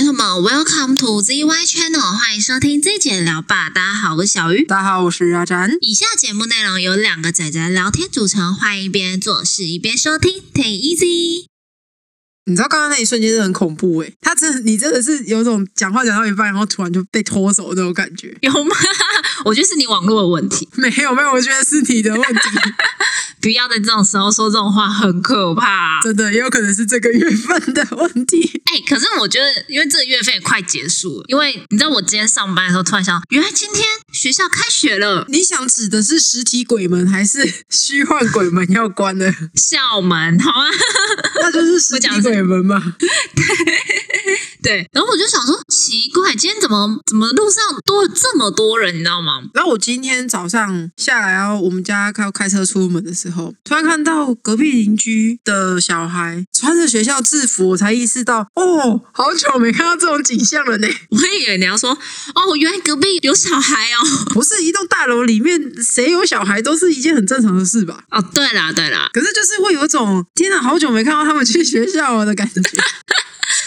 Welcome to ZY Channel，欢迎收听这节聊吧。大家好，我是小鱼。大家好，我是阿展。以下节目内容由两个仔仔聊天组成，欢迎一边做事一边收听，Take easy。你知道刚刚那一瞬间是很恐怖诶、他真的，你真的是有种讲话讲到一半，然后突然就被拖走那种感觉。有吗？ 我觉得是你网络的问题，没有没有，我觉得是你的问题，不要在这种时候说这种话，很可怕。真的也有可能是这个月份的问题。哎、可是我觉得，因为这个月份也快结束了，因为你知道我今天上班的时候突然想到，原来今天学校开学了，你想指的是实体鬼门还是虚幻鬼门要关 了？校门好吗？那就是实体鬼门嘛。对，然后我就想说，奇怪，今天怎么怎么路上多了这么多人，你知道吗？然后我今天早上下来，然后我们家开开车出门的时候，突然看到隔壁邻居的小孩穿着学校制服，我才意识到，哦，好久没看到这种景象了呢。我以为你要说，哦，原来隔壁有小孩哦。不是一栋大楼里面谁有小孩都是一件很正常的事吧？哦，对啦，对啦，可是就是会有一种天哪，好久没看到他们去学校了 的感觉。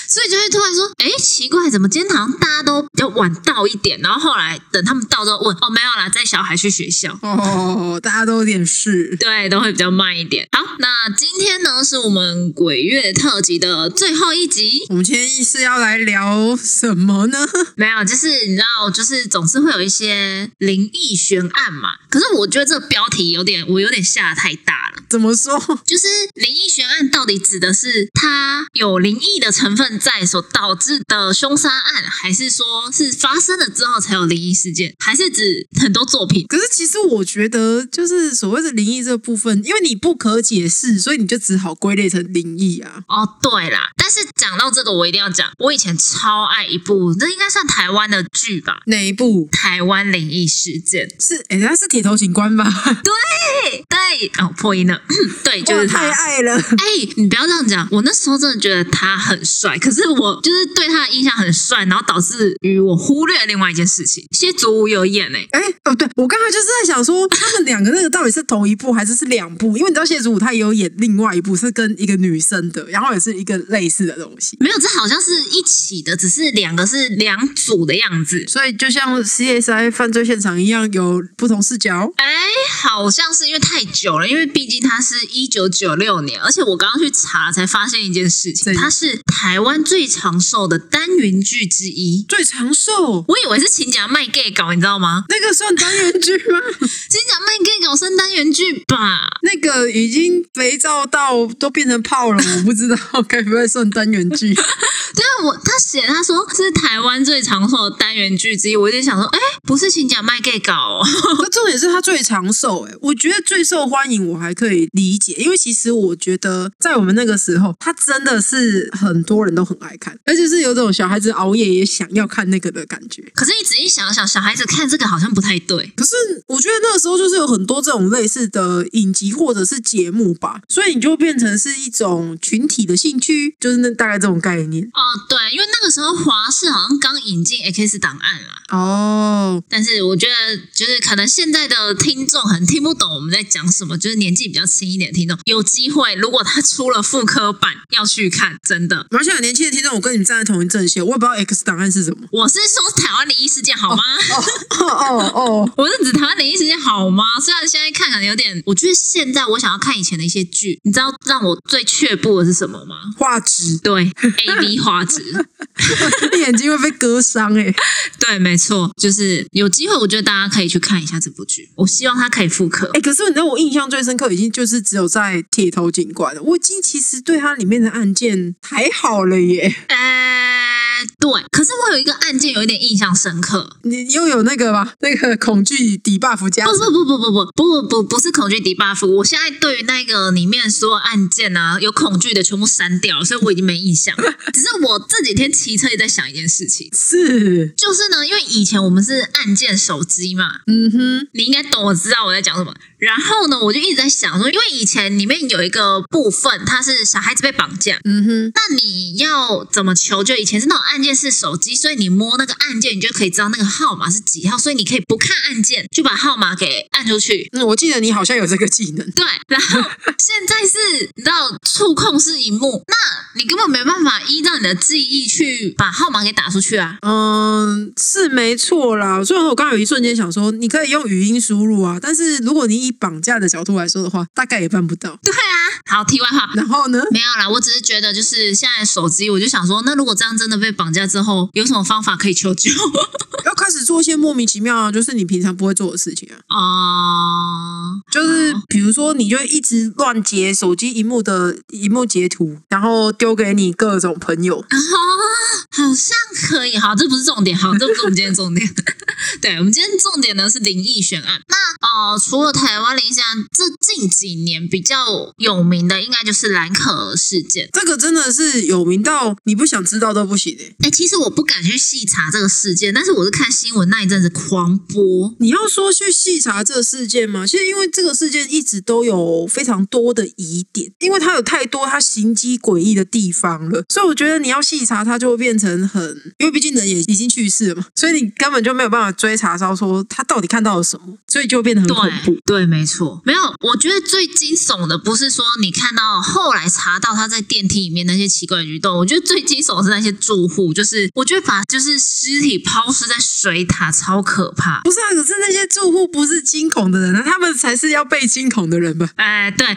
所以就会突然说，哎，奇怪，怎么今天好像大家都比较晚到一点？然后后来等他们到之后问，哦，没有啦，带小孩去学校。哦，大家都有点事。对，都会比较慢一点。好，那今天呢是我们鬼月特辑的最后一集。我们今天是要来聊什么呢？ 没有，就是你知道，就是总是会有一些灵异悬案嘛。可是我觉得这个标题有点，我有点下得太大了。怎么说？就是灵异悬案到底指的是它有灵异的成分在所导致的凶杀案，还是说是发生了之后才有灵异事件，还是指很多作品？可是其实我觉得，就是所谓的灵异这部分，因为你不可解释，所以你就只好归类成灵异啊。哦，对啦，但是讲到这个，我一定要讲，我以前超爱一部，这应该算台湾的剧吧，哪一部《台湾灵异事件》。是？哎、人家是铁头警官吧？对对，哦，破音了， 对， 就哇是太他。爱了。哎、你不要这样讲！我那时候真的觉得他很帅，可是我就是对他的印象很帅，然后导致于我忽略了另外一件事情。谢祖武有欸演诶、哎、哦，对，我刚才就是在想说，他们两个那个到底是同一部还是是两部？因为你知道谢祖武他也有演另外一部，是跟一个女生的，然后也是一个类似的东西。没有，这好像是一起的，只是两个是两组的样子。所以就像 CSI 犯罪现场一样，有不同哦视角。哎，好像是因为太久了，因为毕竟它是一九九六年，而且我刚刚去查才发现一件事情，对它是台湾最长寿的单元剧之一。最长寿我以为是请假卖 gay 稿，你知道吗？那个算单元剧吗？ 请假卖 gay 稿算单元剧吧？那个已经肥皂到都变成泡了，我不知道该不该算单元剧。对啊，我他写他说是台湾最长寿的单元剧之一，我就想说，哎，不是请假卖 gay 稿、哦， 那重点是它最长寿，哎，我觉得最受欢迎我还可以理解，因为其实我觉得在我们那个时候，它真的是很多人都很爱看，而且是有种小孩子熬夜也想要看那个的感觉。可是你仔细想想，小孩子看这个好像不太对。可是我觉得那个时候就是有很多这种类似的影集或者是节目吧，所以你就变成是一种群体的兴趣，就是那大概这种概念。哦，对，因为那个时候华视好像刚引进 X 档案啦，哦，但是我觉得，就是可能现在的听众很听不懂我们在讲什么，就是年纪比较轻一点的听众，有机会如果他出了复刻版要去看，真的。而且有年轻的听众，我跟你们站在同一阵线，我也不知道 X 档案是什么。我是说台湾灵异事件好吗？哦哦，我是指台湾灵异事件好吗？虽然现在看可能有点，我觉得现在我想要看以前的一些剧，你知道让我最却步的是什么吗？画质， 对，A B 画质，你眼睛会被割伤哎、对，没错，就是有机会，我觉得大家可以去看一下这部剧，我希望它可以复刻哎、。可是你知道我印象最深刻，已经就是只有在《铁头警官》了。我已经其实对它里面的案件还好了耶。呃，对，可是我有一个案件有一点印象深刻，你又有那个吧？那个恐惧底 buff 加不不不不不不不不不是恐惧 debuff，我现在对于那个里面所有案件啊有恐惧的全部删掉了，所以我已经没印象了。只是我这几天骑车也在想一件事情，是，就是呢，因为以前我们是按键手机嘛，嗯哼，你应该懂我知道我在讲什么。然后呢，我就一直在想说，因为以前里面有一个部分，它是小孩子被绑架，嗯哼，那你要怎么求救？以前是那种按键是手机，所以你摸那个按键，你就可以知道那个号码是几号，所以你可以不看按键就把号码给按出 去。嗯，我记得你好像有这个技能。对，然后现在是你知道触控式荧幕，那你根本没办法依照你的记忆去把号码给打出去啊。嗯，是没错啦。虽然说我刚刚有一瞬间想说，你可以用语音输入啊，但是如果你以绑架的角度来说的话，大概也办不到。对啊，好，题外话。然后呢？没有啦，我只是觉得就是现在手机，我就想说，那如果这样真的被绑架之后，有什么方法可以求救？ 要开始做一些莫名其妙啊，就是你平常不会做的事情啊，哦、就是比如说，你就一直乱截手机荧幕的荧幕截图，然后丢给你各种朋友。啊，好像可以。好，这不是重点，好，这不是我们今天重点。 对，我们今天重点呢是灵异悬案。那呃，除了台湾灵异悬案，这近几年比较有名的，应该就是兰可儿事件。这个真的是有名到你不想知道都不行哎、哎，其实我不敢去细查这个事件，但是我是看新闻那一阵子狂播。你要说去细查这个事件吗？其实因为这个事件一直都有非常多的疑点，因为它有太多它行迹诡异的地方了，所以我觉得你要细查它就会变成很，因为毕竟人也已经去世了嘛，所以你根本就没有办法追查到说他到底看到了什么，所以就会变得很恐怖对。对，没错，没有。我觉得最惊悚的不是说你看到后来查到他在电梯里面那些奇怪的举动，我觉得最惊悚的是那些住户，就是我觉得把就是尸体抛尸在水塔，超可怕。不是啊，可是那些住户不是惊恐的人啊，他们才是要被惊恐的人吧？哎，对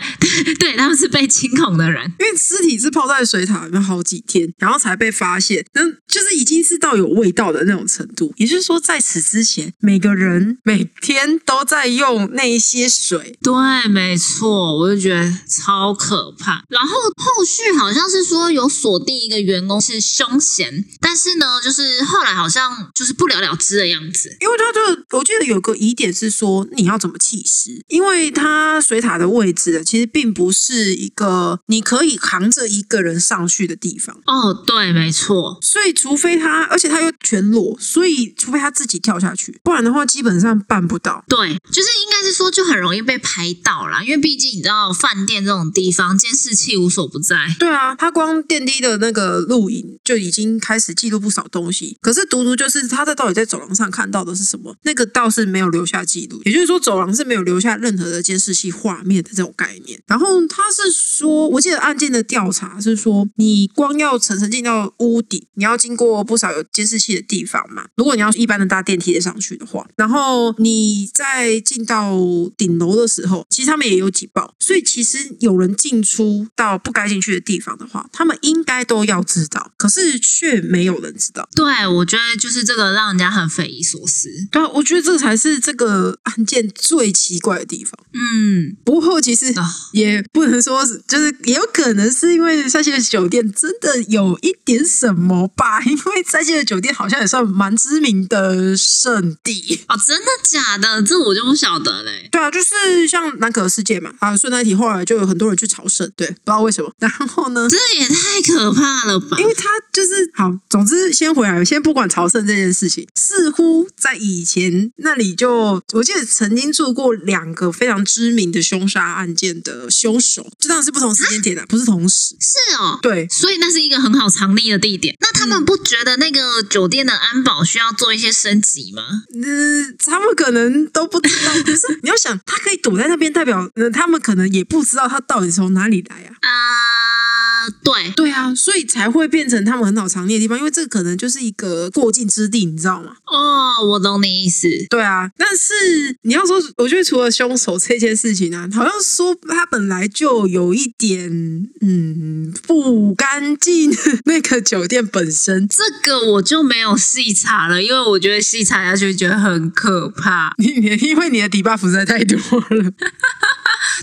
对，他们是被惊恐的人。因为尸体是泡在水塔里面好几天，然后才被发现，那就是已经是到有味道的那种程度。也就是说，在此之前，每个人每天都在用那一些水。对，没错，我就觉得超可怕。然后后续好像是说有锁定一个员工是凶嫌，但是呢，就是后来好像就是不了了之的样子。因为他就，我记得有个疑点是说你要怎么弃尸，因为它水塔的位置啊其实并不是一个你可以扛着一个人上去的地方，哦，对，没错，所以除非他，而且他又全裸，所以除非他自己跳下去，不然的话基本上办不到。对，就是应该是说就很容易被拍到啦，因为毕竟你知道饭店这种地方监视器无所不在。对啊，他光电梯的那个录影就已经开始记录不少东西。可是独独就是他在到底在走廊上看到的是什么，那个倒是没有留下记录。也就是说，走廊是没有留下任何的监视器画面的这种概念。然后他是说，我记得案件的调查是说，你光要层层进到屋顶，你要经过不少有监视器的地方嘛。如果你要一般的搭电梯上去的话，然后你在进到顶楼的时候，其实他们也有警报，所以其实有人进出到不该进去的地方的话，他们应该都要知道，可是却没有人知道。对，我觉得就是这个让人家很匪夷所思。对啊，我觉得这才是这个案件最奇怪的地方。嗯，不过其实啊也不能说是，就是也有可能是因为三星的酒店真的有一点什么吧， 因为三星的酒店好像也算蛮知名的圣地。哦，真的假的？这我就不晓得嘞。对啊，就是像南可儿世界嘛，啊，顺带一提，后来就有很多人去朝圣，对，不知道为什么。然后呢，这也太可怕了吧！ 因为他就是好，总之先回来，先不管朝圣这件事情，似乎在以前那里就，我记得曾经做过两个非常知名的凶杀案件的凶手，就当然是不同时间点的、啊不是同时。是哦，对，所以那是一个很好藏匿的地点。那他们不觉得那个酒店的安保需要做一些升级吗？呃，他们可能都不知道。可 是你要想，他可以躲在那边，代表呃，他们可能也不知道他到底从哪里来啊。嗯啊、对，对啊，所以才会变成他们很好藏匿的地方，因为这可能就是一个过境之地，你知道吗？哦，我懂你意思。对啊，但是你要说，我觉得除了凶手这件事情啊，好像说他本来就有一点嗯不干净，那个酒店本身。这个我就没有细查了，因为我觉得细查下去觉得很可怕。你你因为你的 debuff 实在太多了。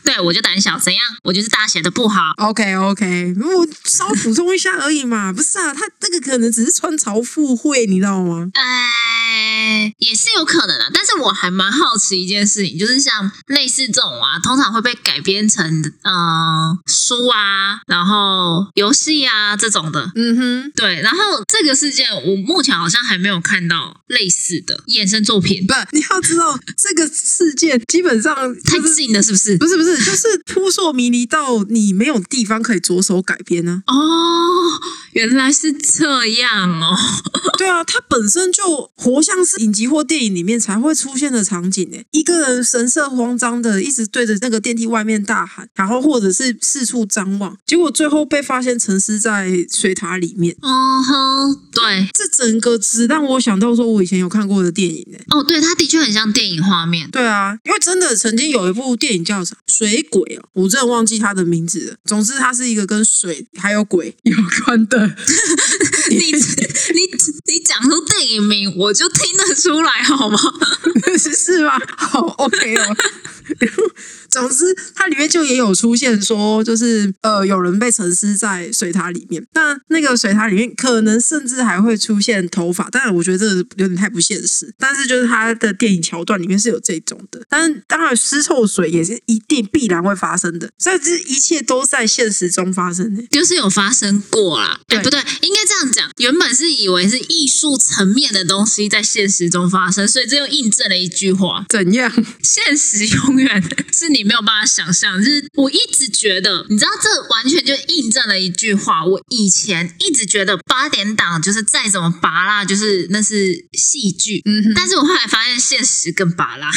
对我就胆小，怎样？我就是大写的不好。 OK OK，我稍补充一下而已嘛， 不是啊，他这个可能只是穿潮附会，你知道吗？哎，也是有可能啊，但是我还蛮好奇一件事情，就是像类似这种啊，通常会被改编成呃书啊，然后游戏啊这种的。嗯哼，对，然后这个事件我目前好像还没有看到类似的衍生作品，不，你要知道这个事件基本上太就是近了是不是？不是不 是，就是扑朔迷离到你没有地方可以着手改编呢、啊哦，原来是这样哦。对啊，它本身就活像是影集或电影里面才会出现的场景诶。一个人神色慌张的一直对着那个电梯外面大喊，然后或者是四处张望，结果最后被发现沉尸在水塔里面。哦哼，对，这整个只让我想到说我以前有看过的电影诶。哦，对，它的确很像电影画 面。对啊，因为真的曾经有一部电影叫啥《水鬼》哦，我真的忘记它的名字了。总之，它是一个跟水还有鬼有关的。你你你讲出电影名，我就听得出来，好吗？ 是是吗？好，OK 哦。 总之，它里面就也有出现说，就是呃，有人被沉尸在水塔里面。那那个水塔里面可能甚至还会出现头发，当然我觉得这个有点太不现实。但是就是它的电影桥段里面是有这种的，但当然尸臭水也是一定必然会发生的，所以这一切都在现实中发生的、就是有发生过啦。哎、对不对，应该这样讲。原本是以为是艺术层面的东西在现实中发生，所以这又印证了一句话：怎样？ 现实永远是你没有办法想象。就是我一直觉得，你知道，这完全就印证了一句话。我以前一直觉得八点档就是再怎么拔辣，就是那是戏剧。嗯哼，但是我后来发现，现实更拔辣。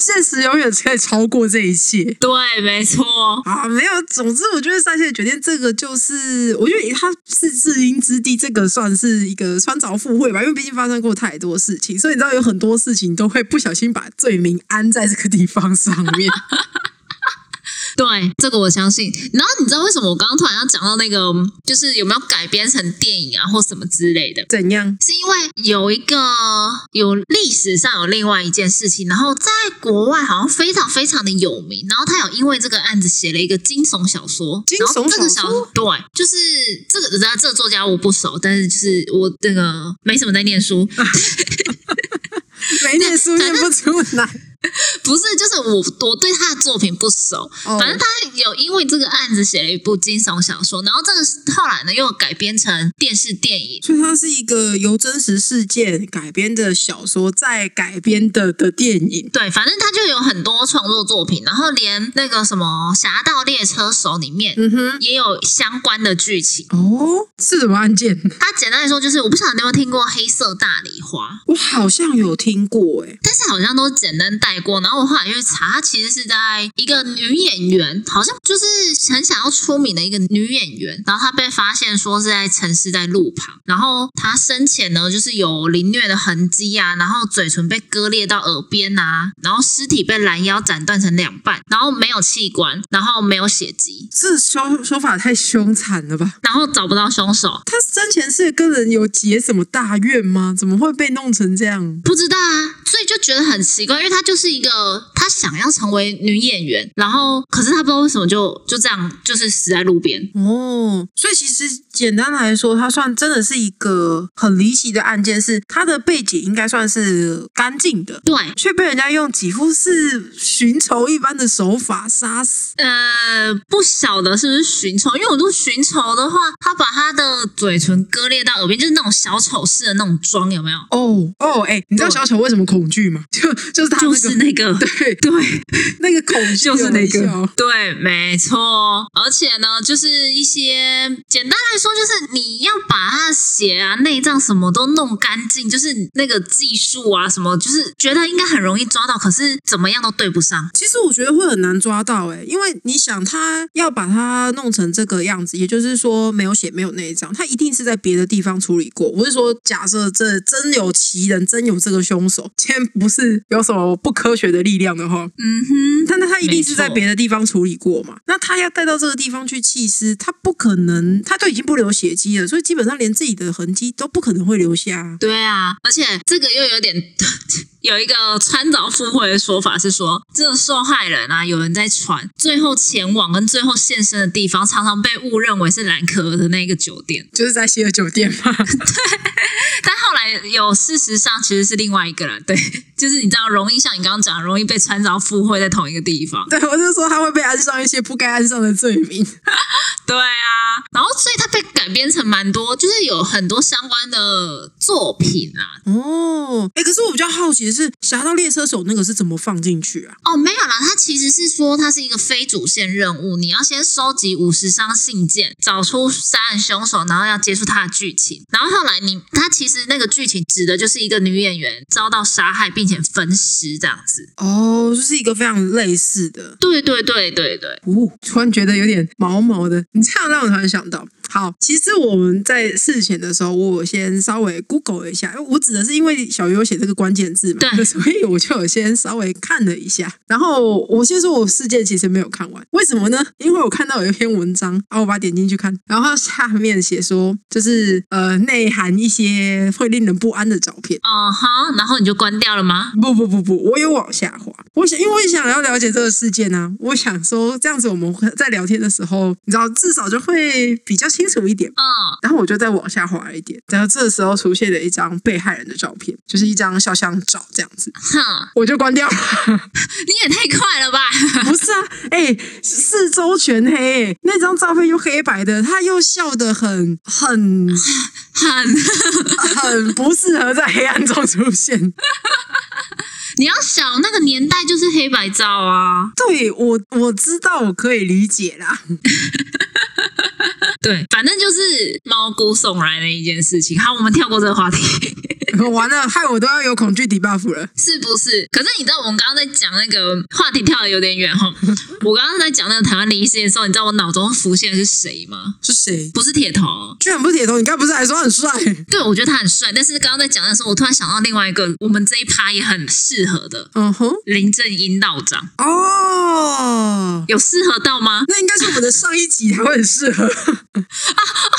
现实永远可以超过这一切。对，没错。啊，没有。总之，我觉得《三线酒店》这个就是，我觉得它是至阴之地，这个算是一个穿凿附会吧。因为毕竟发生过太多事情，所以你知道有很多事情都会不小心把罪名安在这个地方上面。对，这个我相信。然后你知道为什么我刚刚突然要讲到那个，就是有没有改编成电影啊，或什么之类的？ 怎样？是因为有一个有历史上有另外一件事情，然后在国外好像非常非常的有名，然后他有因为这个案子写了一个惊悚小说，惊悚然后这个小小说对，就是这个，然后这个作家我不熟，但是就是我这个没什么在念书，啊没念书念不出来。不是，就是我我对他的作品不熟，哦反正他有因为这个案子写了一部惊悚小说，然后这个后来呢又改编成电视电影。所以它是一个由真实事件改编的小说，再改编的的电影。对，反正他就有很多创作作品，然后连那个什么《侠盗猎车手》里面嗯哼，也有相关的剧情。哦，是什么案件？它简单来说就是，我不晓得你有没有听过《黑色大礼花》，我好像有听过、欸，但是好像都简单带过。然后我后来又去查，它其实是在一个女演员，好像就是很想要出名的一个女演员，然后她被发现说是在沉尸在路旁，然后她生前呢就是有凌虐的痕迹啊，然后嘴唇被割裂到耳边啊，然后尸体被拦腰斩断成两半，然后没有器官，然后没有血迹，这手手法太凶残了吧？然后找不到凶手，他生前是跟人有结什么大怨吗？怎么会被弄成这样？不知道啊，所以就觉得很奇怪，因为她就是一个她想要成为女演员，然后可是她不知道为什么就就这样就是死在路边。哦，所以其实简单来说，他算真的是一个很离奇的案件，是他的背景应该算是干净的，对，却被人家用几乎是寻仇一般的手法杀死。呃，不晓得是不是寻仇，因为我都寻仇的话，她把她的嘴唇割裂到耳边，就是那种小丑式的那种妆，有没有？哦哦，哎、你知道对小丑为什么恐惧吗？就就是他那就个、是那 个，对对，那个恐惧就是那有没个有，对，没错。而且呢，就是一些简单来说，就是你要把他的血啊、内脏什么都弄干净，就是那个技术啊什么，就是觉得应该很容易抓到，可是怎么样都对不上。其实我觉得会很难抓到哎、因为你想，他要把它弄成这个样子，也就是说没有血没有内脏，他一定是在别的地方处理过。我是说，假设这真有其人，真有这个凶手，今天不是有什么不科学的力量的话，嗯哼，但那他一定是没错在别的地方处理过嘛？那他要带到这个地方去弃尸，他不可能，他都已经不留血迹了，所以基本上连自己的痕迹都不可能会留下啊。对啊，而且这个又有点 有一个穿凿附会的说法是说，这个受害人啊，有人在传最后前往跟最后现身的地方，常常被误认为是兰可儿的那个酒店。就是在希尔酒店嘛，但后来有事实上其实是另外一个人，对， 就是你知道，容易像你刚刚讲，容易被穿凿附会在同一个地方。 对，我就说他会被安上一些不该安上的罪名。对啊，然后所以它被改编成蛮多，就是有很多相关的作品啊。哦，哎，可是我比较好奇的是，《侠盗猎车手》那个是怎么放进去啊？哦，没有啦，它其实是说它是一个非主线任务，你要先收集五十张信件，找出杀人凶手，然后要接触他的剧情。然后后来你，它其实那个剧情指的就是一个女演员遭到杀害并且分尸这样子。哦，就是一个非常类似的。对对对对对，哦，突然觉得有点毛毛的。你这样让我突然想到，好，其实我们在事前的时候，我有先稍微 Google 一下，我指的是因为小鱼有写这个关键字嘛，对所以我就有先稍微看了一下。然后我先说，我事件其实没有看完，为什么呢？因为我看到有一篇文章，然后我把它点进去看，然后它下面写说，就是呃，内含一些会令人不安的照片。哦哈，然后你就关掉了吗？不不不不，我有往下滑。我想，因为我也想要了解这个事件啊，我想说这样子我们会在聊天的时候，你知道，至少就会比较清楚一点。嗯，然后我就再往下滑一点，然后这时候出现了一张被害人的照片，就是一张肖像照这样子，哼，我就关掉了。 你也太快了吧！ 不是啊，哎、四周全黑、欸，那张照片又黑白的，他又笑得很很很，很不适合在黑暗中出现。 你要想那个年代就是黑白照啊，对我我知道，我可以理解啦。对，反正就是毛骨悚然的一件事情。好，我们跳过这个话题， 完了，害我都要有恐惧 debuff 了。是不是？可是你知道我们刚刚在讲那个话题跳的有点远哈，我刚刚在讲那个台湾灵异事件的时候，你知道我脑中浮现的是谁吗？是谁？不是铁头，居然不是铁头，你刚不是还说他很帅？对我觉得他很帅，但是刚刚在讲的时候，我突然想到另外一个我们这一趴也很适合的嗯哼，林正英道长，哦，有适合到吗？那应该是我们的上一集还会很适 合啊，是啊，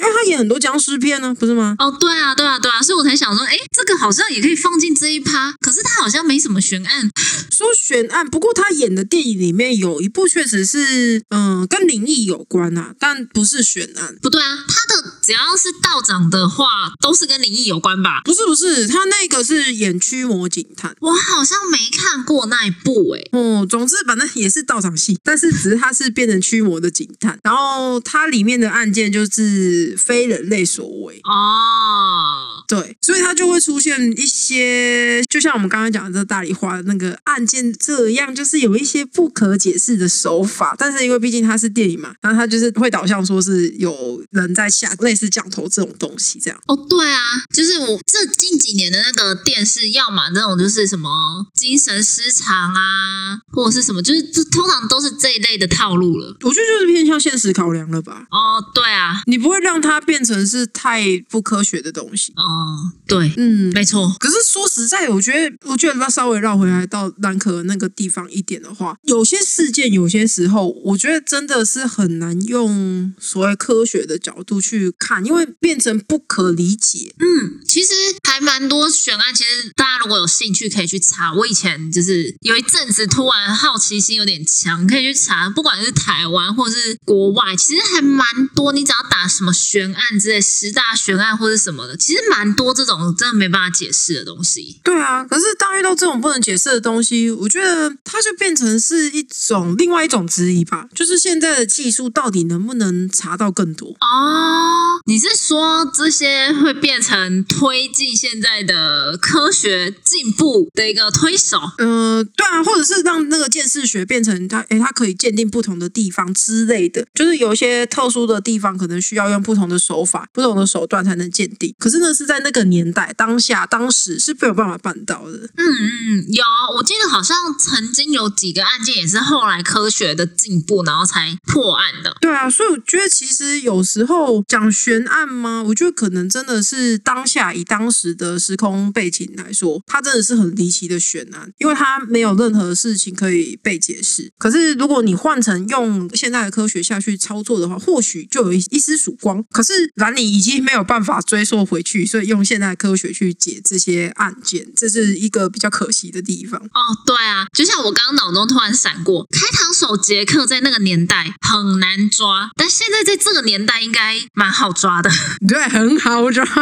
因为他演很多僵尸片呢、不是吗？哦，对啊，对啊，对啊，所以我才想说，哎，这个好像也可以放进这一趴，可是他好像没什么悬案，说悬案，不过他演的电影里面有一部确实是嗯跟灵异有关啊，但不是悬案。不对啊，他的只要是道长的话，都是跟灵异有关吧？不是不是，他那个是演驱魔警探。我好像没看过那一部诶、哦，总之反正也是道场戏，但是只是他是变成驱魔的警探，然后它里面的案件就是非人类所为，哦，对，所以它就会出现一些，就像我们刚刚讲的这大理花那个案件这样，就是有一些不可解释的手法，但是因为毕竟它是电影嘛，然后它就是会导向说是有人在下类似降头这种东西这样。哦，对啊，就是我这近几年的那个电视，要么那种就是什么精神失常啊，或者是什么，就是这通常都是这一类的套路了。我觉得就是偏向现实考量了吧，哦，对啊，你不会让它变成是太不科学的东西。哦，对，嗯，没错，可是说实在，我觉得，我觉得那稍微绕回来到兰可儿那个地方一点的话，有些事件，有些时候，我觉得真的是很难用所谓科学的角度去看，因为变成不可理解。嗯，其实还蛮多悬案，其实大家如果有兴趣可以去查。我以前就是有一阵子突然好奇心有点强，可以去查，不管是台湾或是国外，其实还蛮多。你只要打什么悬案之类，十大悬案或是什么的，其实蛮多这种真的没办法解释的东西。对啊，可是当遇到这种不能解释的东西，我觉得它就变成是一种另外一种质疑吧，就是现在的技术到底能不能查到更多？哦，你是说这些会变成推进现在的科学进步的一个推手？呃，对啊，或者是让那个鉴识学变成它，诶，它可以鉴定不同的地方之类的，就是有一些特殊的地方可能需要用不同的手法、不同的手段才能鉴定。可是那是在那个年代、当下、当时是没有办法办到的。嗯嗯，有，我记得好像曾经有几个案件也是后来科学的进步，然后才破案的。对啊，所以我觉得其实有时候讲悬案吗？我觉得可能真的是当下以当时的时空背景来说，它真的是很离奇的悬案，因为它没有任何事情可以被解释。可是如果你换成用现代的科学下去操作的话，或许就有一一丝曙光。可是兰尼已经没有办法追溯回去，所以用现代的科学去解这些案件，这是一个比较可惜的地方。哦，对啊，就像我刚刚脑中突然闪过，开膛手杰克在那个年代很难抓，但现在在这个年代应该蛮好抓的。对，很好抓。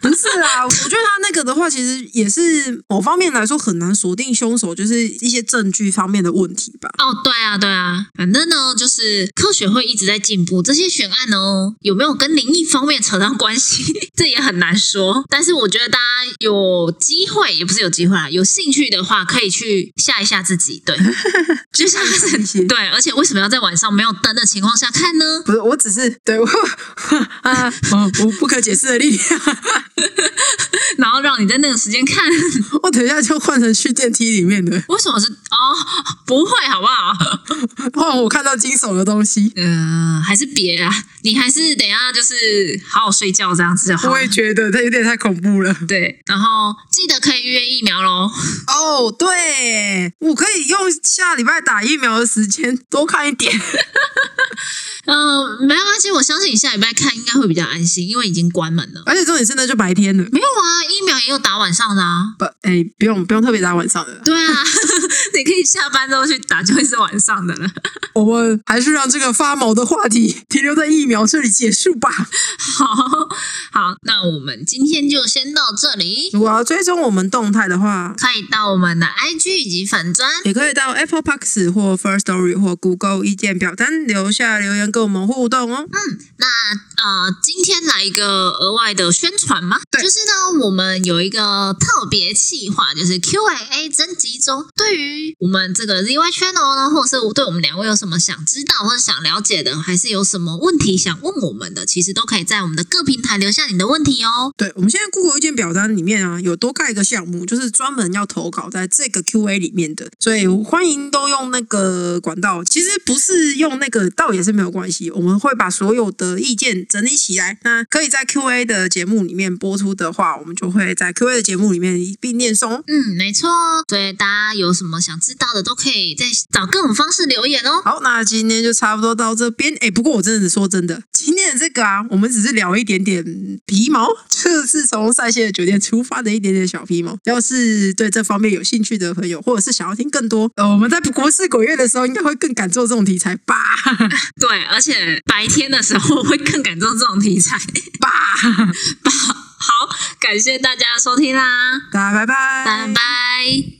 不是啦，我觉得他那个的话，其实也是某方面来说很难锁定凶手，就是一些证据方面的问题 吧。哦，对啊，对啊，反正呢，就是科学会一直在进步。这些悬案呢，有没有跟灵异方面扯上关系， 这也很难说。但是我觉得大家有机会，也不是有机会啦，有兴趣的话，可以去吓一吓自己。对，就像看看一些对，而且为什么要在晚上没有灯的情况下看呢？不是，我只是对我 啊，我我不可解释的力量。然后让你在那个时间看， 我等一下就换成去电梯里面的，为什么是哦？不会，好不好？ 换我看到惊悚的东西。呃，还是别啊，你还是等一下就是好好睡觉这样子就好我了。也觉得这有点太恐怖了。对，然后记得可以预约疫苗喽。哦，对，我可以用下礼拜打疫苗的时间多看一点。嗯，没关系，我相信你下礼拜看应该会比较安心，因为已经关门了。 而且重点是那就白天了，没有啊，疫苗也有打晚上的啊。不，哎，不用不用特别打晚上的啦，对啊， 你可以下班之后去打，就会是晚上的了。 我们还是让这个发毛的话题停留在疫苗这里结束吧。好好，那我们今天就先到这里，如果要追踪我们动态的话，可以到我们的 IG 以及粉砖。也可以到 Apple p o d c a s 或 First Story 或 Google 意见表单留下留言跟我们互动哦。那呃，今天来一个额外的宣传嘛，对就是呢，我们有一个特别企划，就是 Q&A 征集中，对于我们这个 ZY Channel 呢，或者是对我们两位有什么想知道或者想了解的，还是有什么问题想问我们的，其实都可以在我们的各平台留下你的问题哦。对，我们现在 Google 意见表单里面啊，有多盖一个项目，就是专门要投稿在这个 Q&A 里面的，所以欢迎都用那个管道。其实不是用那个，倒也是没有关系，我们会把所有的意见整理起来，那可以在 Q&A 的节目里面播出的话，我们就会在 Q&A 的节目里面一并念诵哦。嗯，没错，所以大家有什么想知道的，都可以再找各种方式留言哦。好，那今天就差不多到这边。哎，不过我真的说真的，今天的这个啊，我们只是聊一点点皮毛，就是从塞谢尔酒店出发的一点点小皮毛。要是对这方面有兴趣的朋友，或者是想要听更多，呃，我们在国事鬼月的时候，应该会更敢做这种题材吧 对，而且白天的时候会更感动这种题材。吧。好，感谢大家的收听啦，大家拜拜，拜拜。